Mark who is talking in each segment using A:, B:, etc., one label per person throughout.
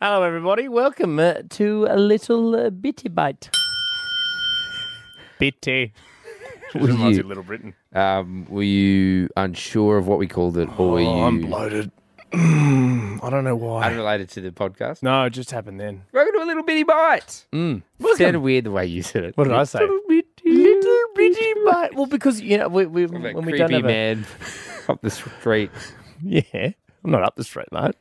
A: Hello, everybody. Welcome uh, to a little uh, bitty bite.
B: Bitty.
C: Were
B: Reminds me
C: you,
B: of Little Britain.
C: um, were you unsure of what we called it, or were
B: Oh, I'm
C: you
B: bloated. I don't know why.
C: unrelated to the podcast?
B: No, it just happened then.
C: Welcome to a little bitty bite. Mm. Sounded weird the way you said it.
B: What did I say?
A: Little bitty bite. Well, because you know we, we,
C: What about
A: when we
C: creepy
A: don't have a
C: man up the street,
A: yeah, I'm not up the street, mate.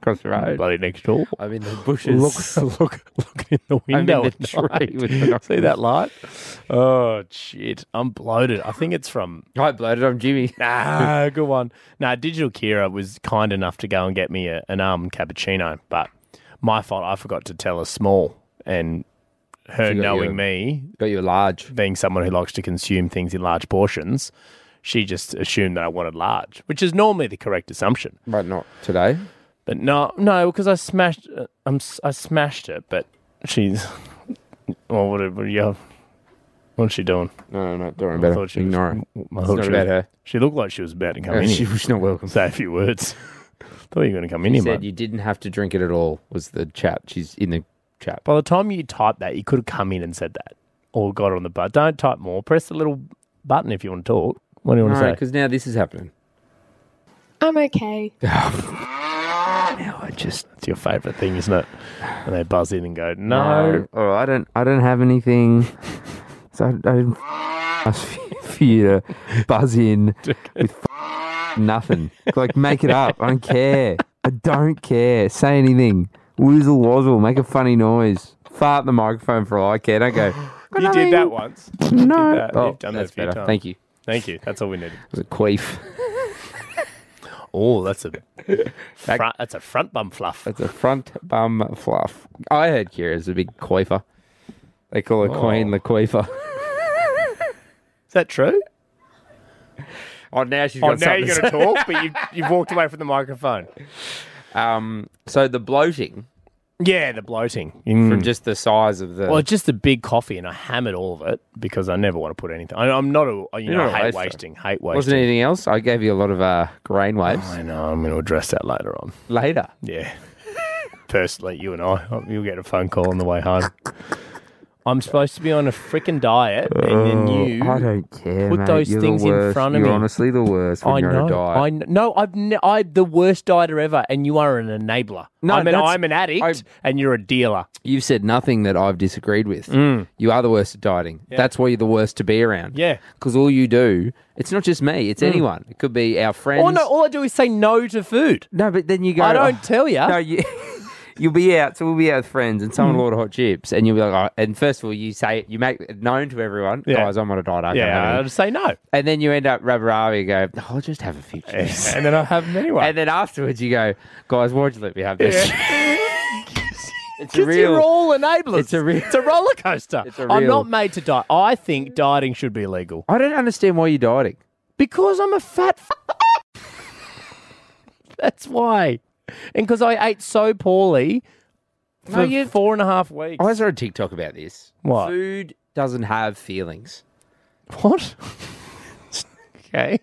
C: across the road.
A: Bloody next door.
C: I'm in the bushes.
A: Look, look, look in the
C: I'm in
A: window.
C: the
A: at
C: tree
A: night.
C: with the
A: See that light? Oh shit! I'm bloated. I think it's from
C: I bloated. I'm Jimmy.
A: Ah, good one. Now, Digital Kira was kind enough to go and get me a, an almond cappuccino, but my fault. I forgot to tell her small, and her
C: She got you
A: knowing
C: a-
A: me,
C: Got you a large.
A: being someone who likes to consume things in large portions, she just assumed that I wanted large, which is normally the correct assumption.
C: But not today.
A: But no, no, because I smashed, uh, I'm, s- I smashed it. But she's, well, what, what, yeah, what's she doing?
C: No, no, no. Don't worry
A: I
C: about
A: thought
C: it.
A: she was-
C: Ignore it.
A: I
C: It's
A: thought
C: not
A: she
C: about
A: was-
C: her.
A: She looked like she was about to come
C: No,
A: in.
C: she
A: here.
C: was not welcome.
A: say a few words. Thought you were going to come in
C: She
A: here,
C: said
A: mate.
C: you didn't have to drink it at all. Was the chat? She's in the chat.
A: By the time you typed that, you could have come in and said that or got on the button. Don't type more. Press the little button if you want to talk. What do you want
C: No,
A: to say?
C: because now this is happening.
D: I'm okay.
A: Now I just, it's your favourite thing, isn't it? And they buzz in and go, no.
C: Oh, I don't. I don't have anything. So I, I didn't ask for- for you to buzz in with nothing. Like make it up. I don't care. I don't care. Say anything. Woozle wazzle. Make a funny noise. Fart in the microphone for all I care. Don't go. "Got
A: You did that
C: nothing."
A: once.
C: No.
A: that.
C: Oh,
A: You've done that
C: that's
A: a few
C: better.
A: times.
C: Thank you.
A: Thank you. That's all we needed.
C: It was a queef.
A: Oh, that's a front, that's a front bum fluff.
C: That's a front bum fluff. I heard Kira's a big queefer. They call her
A: Oh.
C: Queen the Queefer.
A: Is that true?
C: Oh, now she's
A: Oh,
C: got
A: now
C: something
A: you're
C: to
A: going to talk, but you've, you've walked away from the microphone.
C: say. Um, so the bloating
A: Yeah, the bloating.
C: from just the size of the.
A: Well, just a big coffee, and I hammered all of it because I never want to put anything. I, I'm not a, you
C: You're
A: know,
C: not a
A: hate
C: waster.
A: wasting, hate
C: wasn't
A: wasting.
C: anything else? I gave you a lot of uh, grain waves
A: I know. I'm going to address that later on.
C: later.
A: Yeah. Personally, you and I, you'll get a phone call on the way home. I'm supposed to be on a freaking diet, and then you.
C: Uh, I don't care.
A: Put
C: mate.
A: those
C: You're
A: things
C: the
A: in
C: worst.
A: front of
C: You're
A: me.
C: honestly the worst when
A: I
C: you're
A: know.
C: on a diet.
A: I kn- no, I've ne- I'm the worst dieter ever, and you are an enabler.
C: No,
A: I'm an,
C: that's-
A: I'm an addict,
C: I-
A: and you're a dealer.
C: You've said nothing that I've disagreed with. You are the worst at dieting. That's why you're the worst to be around.
A: Hmm. Yeah.
C: Because all you do, it's not just me, it's anyone. It could be our friends.
A: All, Oh, no, all I do is say no to food.
C: No, but then you go.
A: I
C: "Oh,
A: don't tell ya.
C: No, you. You'll be out, so we'll be out with friends, and
A: Hmm.
C: someone will order hot chips, and you'll be like, oh, and first of all, you say it, you make it known to everyone,
A: Yeah.
C: guys, I'm on a diet, I can't have
A: yeah, I
C: any."
A: just say no,
C: and then you end up rubber and go, oh, I'll just have a few chips,
A: and then I have them anyway.
C: and then afterwards you go, guys, why'd you let me have this? it's a
A: Because you're
C: real.
A: all enablers.
C: It's a real-
A: it's a roller coaster.
C: It's a
A: I'm
C: real-
A: not made to diet. I think dieting should be illegal
C: I don't understand why you're dieting.
A: because I'm a fat. F- That's why, and because I ate so poorly for
C: you-
A: four and a half weeks.
C: I was on TikTok about this.
A: What?
C: Food doesn't have feelings.
A: What? okay.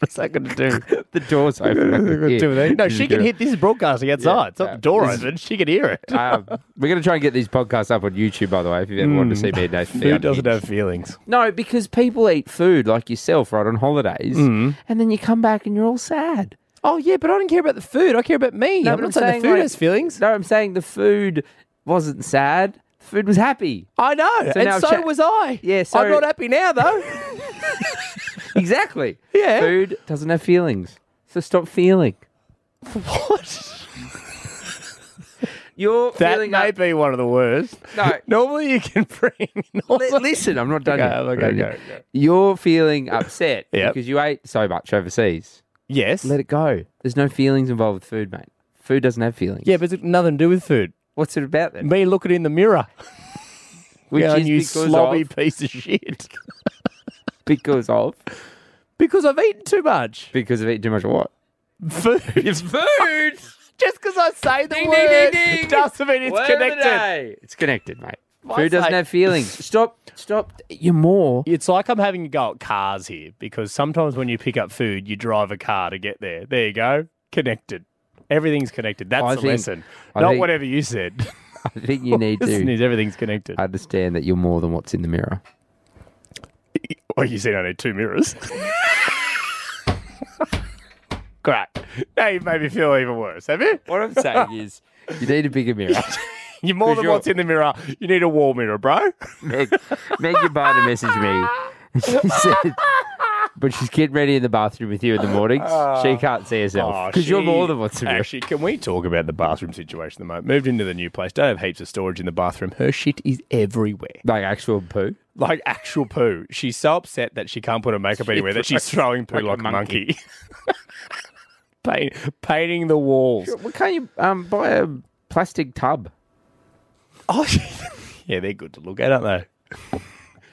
A: What's that going to do?
C: The door's open. I can hear.
A: do with it? No, she can hit. This is broadcasting outside. it's not
C: no,
A: the door
C: this is-
A: open. She can hear it.
C: Um, we're going to try and get these podcasts up on YouTube, by the way, if you've ever wanted to see me and Nathan. be
A: Mm. Food doesn't
C: unhinged.
A: have feelings.
C: No, because people eat food like yourself, right, on holidays,
A: Mm.
C: and then you come back and you're all sad.
A: Oh yeah, but I don't care about the food. I care about me.
C: No,
A: I'm
C: but
A: not
C: I'm
A: saying,
C: saying,
A: the food
C: like-
A: has feelings.
C: No, I'm saying the food wasn't sad. The food was happy.
A: I know,
C: now
A: and so
C: cha-
A: was I.
C: Yeah,
A: I'm
C: so-
A: not happy now though.
C: Exactly.
A: Yeah.
C: Food doesn't have feelings. So stop feeling.
A: what?
C: You're
A: That
C: feeling
A: may
C: up-
A: be one of the worst.
C: No.
A: Normally you can bring.
C: Li- listen, I'm not done
A: Okay,
C: yet.
A: okay,
C: Right.
A: okay, okay.
C: You're feeling upset
A: Yep.
C: because you ate so much overseas.
A: yes.
C: Let it go. There's no feelings involved with food, mate. Food doesn't have feelings.
A: yeah, but it's got nothing to do with food.
C: What's it about then?
A: Me looking in the mirror.
C: Which
A: yeah,
C: is
A: you
C: because
A: slobby
C: of,
A: piece of shit.
C: because of
A: because I've eaten too much
C: because of eating too much of what?
A: food.
C: It's food.
A: Just because I say the
C: Ding, ding,
A: word
C: ding, ding.
A: doesn't mean it's
C: Word of the
A: connected.
C: day. It's connected, mate.
A: My
C: Food doesn't
A: sake.
C: have feelings. Stop. Stop. You're more.
A: It's like I'm having a go at cars here because sometimes when you pick up food, you drive a car to get there. There you go. Connected. Everything's connected. That's
C: I
A: the
C: think-
A: lesson.
C: I
A: Not
C: think-
A: whatever you said.
C: I think you need
A: Listen
C: to
A: is everything's connected.
C: understand that you're more than what's in the mirror.
A: Well, Oh, you said I need two mirrors. Great. Now you've made me feel even worse, have you?
C: What I'm saying is, you need a bigger mirror.
A: You're more
C: Because
A: than
C: you're-
A: what's in the mirror. You need a wall mirror, bro.
C: Meg, Meg Yabana messaged me. and She said, but she's getting ready in the bathroom with you in the mornings. She can't see herself
A: Oh,
C: because you're
A: she-
C: more than what's in the mirror.
A: Actually, can we talk about the bathroom situation at the moment? Moved into the new place. Don't have heaps of storage in the bathroom. Her shit is everywhere.
C: Like actual poo.
A: Like actual poo. She's so upset that she can't put her makeup anywhere that she's throwing poo like, a monkey. Paint, painting the walls.
C: Well, can't you um, buy a plastic tub?
A: Oh, yeah, they're good to look at, aren't they?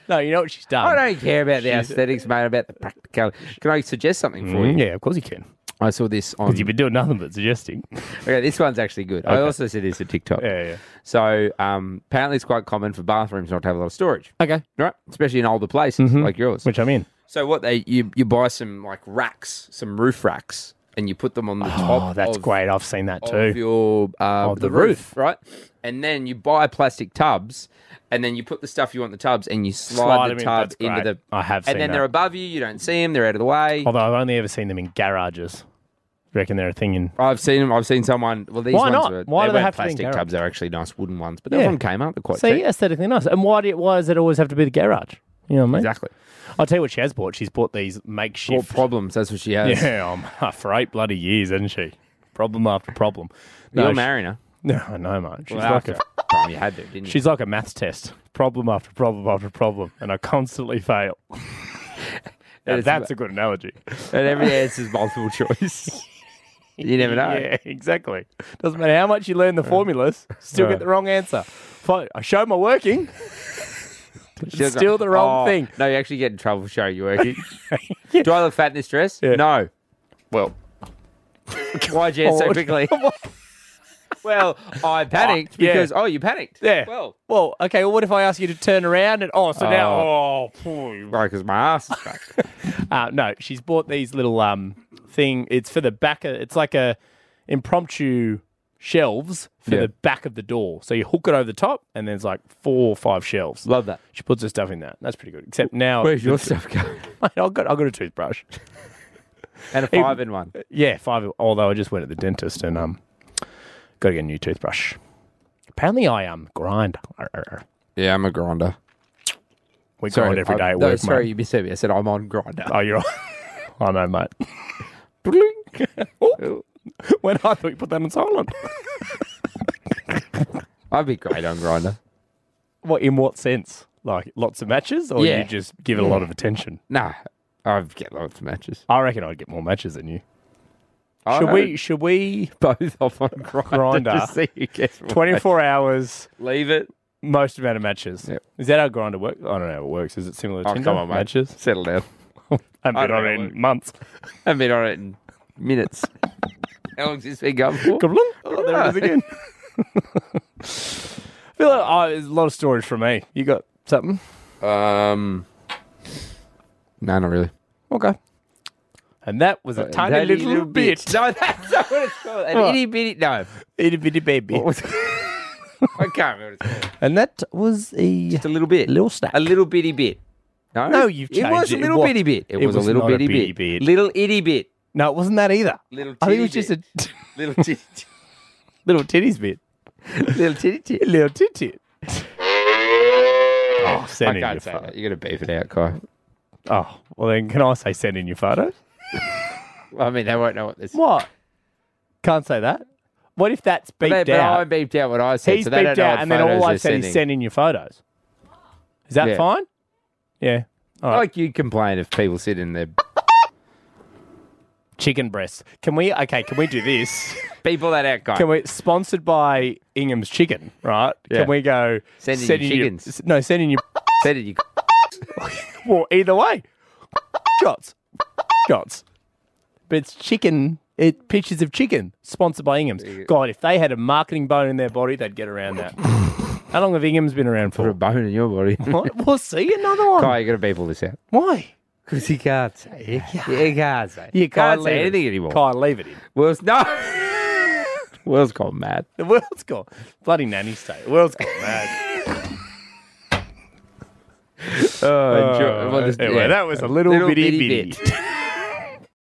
A: no, you know what she's done.
C: I don't care about the aesthetics, mate, about the practicality. Can I suggest something for you?
A: Mm, yeah, of course you can.
C: I saw this on.
A: You've been doing nothing but suggesting.
C: Okay, this one's actually good. I also see this at TikTok.
A: Yeah, yeah.
C: So um, apparently, it's quite common for bathrooms not to have a lot of storage.
A: Okay. Mm-hmm.
C: Right, especially in older places like yours.
A: Which I'm in.
C: So what they you you buy some like racks, some roof racks, and you put them on the top.
A: Oh, that's
C: of,
A: great. I've seen that
C: Of
A: too.
C: your uh,
A: Of
C: the,
A: the
C: roof, right? And then you buy plastic tubs, and then you put the stuff you want in the tubs, and you slide,
A: Slide
C: the
A: them in,
C: tubs
A: that's
C: into
A: great.
C: the.
A: I have
C: And
A: seen
C: then
A: that.
C: they're above you. You don't see them. They're out of the way.
A: Although I've only ever seen them in garages. Do you reckon they're a thing in.
C: I've seen them. I've seen someone. Well, these
A: Why
C: ones
A: not?
C: Were,
A: Why do they
C: weren't
A: have to be in
C: plastic
A: garage?
C: tubs? They're actually nice wooden ones, but they're
A: Yeah.
C: from Kmart. They're quite
A: See,
C: cheap.
A: aesthetically nice. And why, do, why does it always have to be the garage? You know what I mean?
C: Exactly.
A: I'll tell you what she has bought. She's bought these
C: More
A: makeshift.
C: problems. That's what she has.
A: yeah, um, for eight bloody years, isn't she? Problem after problem.
C: You're
A: she-
C: marrying her.
A: No, I know, mate. She's
C: Well,
A: like
C: after
A: a
C: time you had to, didn't you?
A: She's like a maths test. Problem after problem after problem, and I constantly fail. Now,
C: That's-
A: that's a good analogy.
C: And every answer is multiple choice. you never know.
A: Yeah, exactly. Doesn't matter how much you learn the formulas, still get the wrong answer. Fine, I show my working,
C: She doesn't-
A: still the wrong
C: Oh,
A: thing.
C: No, you actually get in trouble showing your working. Do I look fat in this dress? No. Well. Why'd you
A: Oh,
C: answer so quickly? well, I panicked
A: yeah.
C: because, oh, you panicked.
A: Yeah.
C: Well,
A: Well, okay. Well, what if I ask you to turn around and oh, so now oh, phew.
C: because my ass is cracked.
A: uh, no, she's bought these little um thing. It's for the back. Of, it's like a impromptu shelves for
C: Yeah.
A: the back of the door. So you hook it over the top, and there's like four or five shelves.
C: Love that.
A: She puts her stuff in that. That's pretty good. Except now,
C: Where's your stuff going?
A: Mate, I've got I've got a toothbrush.
C: And a five in one.
A: Yeah, five. Although I just went to the dentist and um, got to get a new toothbrush. Apparently, I um grind. Arr, arr, arr.
C: Yeah, I'm a grinder.
A: We
C: Sorry,
A: grind every
C: I-
A: day at
C: no,
A: work,
C: sorry,
A: mate.
C: you missed me. I said I'm on grinder.
A: Oh, you're. I know, mate. Oh, when I thought you put that on silent.
C: I'd be great on grinder.
A: what in what sense? Like lots of matches, or
C: Yeah.
A: you just give it a lot of attention?
C: Nah, I get lots of matches.
A: I reckon I'd get more matches than you.
C: I
A: Should
C: hope
A: we? Should we?
C: both off on grinder,
A: Grindr.
C: to see who gets more
A: Twenty-four hours.
C: matches? Leave it.
A: Most amount of matches.
C: Yep.
A: Is that how grinder works? I don't know how it works. Is it similar to
C: Oh,
A: Tinder?
C: come on, mate.
A: matches?
C: Settle down.
A: I've
C: I
A: been
C: don't
A: on
C: know
A: it
C: how it
A: in months.
C: I've been on it in minutes. How long's this been going for?
A: Kablung! Oh, there it is again. I feel like oh, there's a lot of stories from me. You got something?
C: Um, no, not really.
A: Okay. And that was a tiny
C: That
A: little, bit. Oh,
C: No, that's not what it's called. An itty bitty. No,
A: Itty bitty baby.
C: What was- I can't remember. What it's called.
A: And that was a
C: Just a little bit.
A: little snack.
C: A little bitty bit. No,
A: No, you've
C: It was
A: changed
C: a
A: it. It
C: little
A: was-
C: bitty bit. It,
A: it
C: was,
A: was
C: a little
A: not a
C: bitty
A: bitty
C: bit.
A: bit.
C: Little itty bit.
A: no, it wasn't that either.
C: Little
A: I think it was
C: titty
A: just a t-
C: Little titty.
A: little titties bit.
C: little titty titty.
A: Little titty. oh, send
C: I
A: in your
C: can't say
A: photo.
C: that. You got to beef it out, Kai.
A: Oh, well then, can I say send in your photos?
C: Well, I mean, they won't know what this.
A: What? Can't say that. What if that's beeped
C: But, but
A: out?
C: I beeped out what I said,
A: He's
C: so they
A: beeped
C: don't know
A: out,
C: what
A: and then
C: photos
A: all
C: they're
A: I've said
C: sending.
A: is send in your photos. Is that
C: Yeah.
A: fine? Yeah. All right.
C: Like you complain if people sit in their
A: Chicken breasts. Can we? Okay. Can we do this?
C: people that out, guy.
A: Can we? Sponsored by Ingham's Chicken, right?
C: Yeah.
A: Can we go?
C: Send in your chickens.
A: s- no, send in your.
C: Said it, you.
A: Well, either way, shots, shots. But it's chicken. It pictures of chicken sponsored by Ingham's. God, if they had a marketing bone in their body, they'd get around that. How long have Ingham's been around
C: Put a
A: for?
C: bone in your body.
A: What? We'll see another one.
C: Kai, you got to beep all this out.
A: Why?
C: Because he can't say. He can't say.
A: You can't,
C: say
A: leave it.
C: anything anymore.
A: Can't leave it in.
C: Well, it's- no. world's gone mad.
A: The world's gone. Bloody nanny state. The world's gone mad.
C: Oh, enjoy-
A: Uh,
C: well, just-
A: anyway,
C: yeah.
A: that was a little, bitty bitty.
C: bit.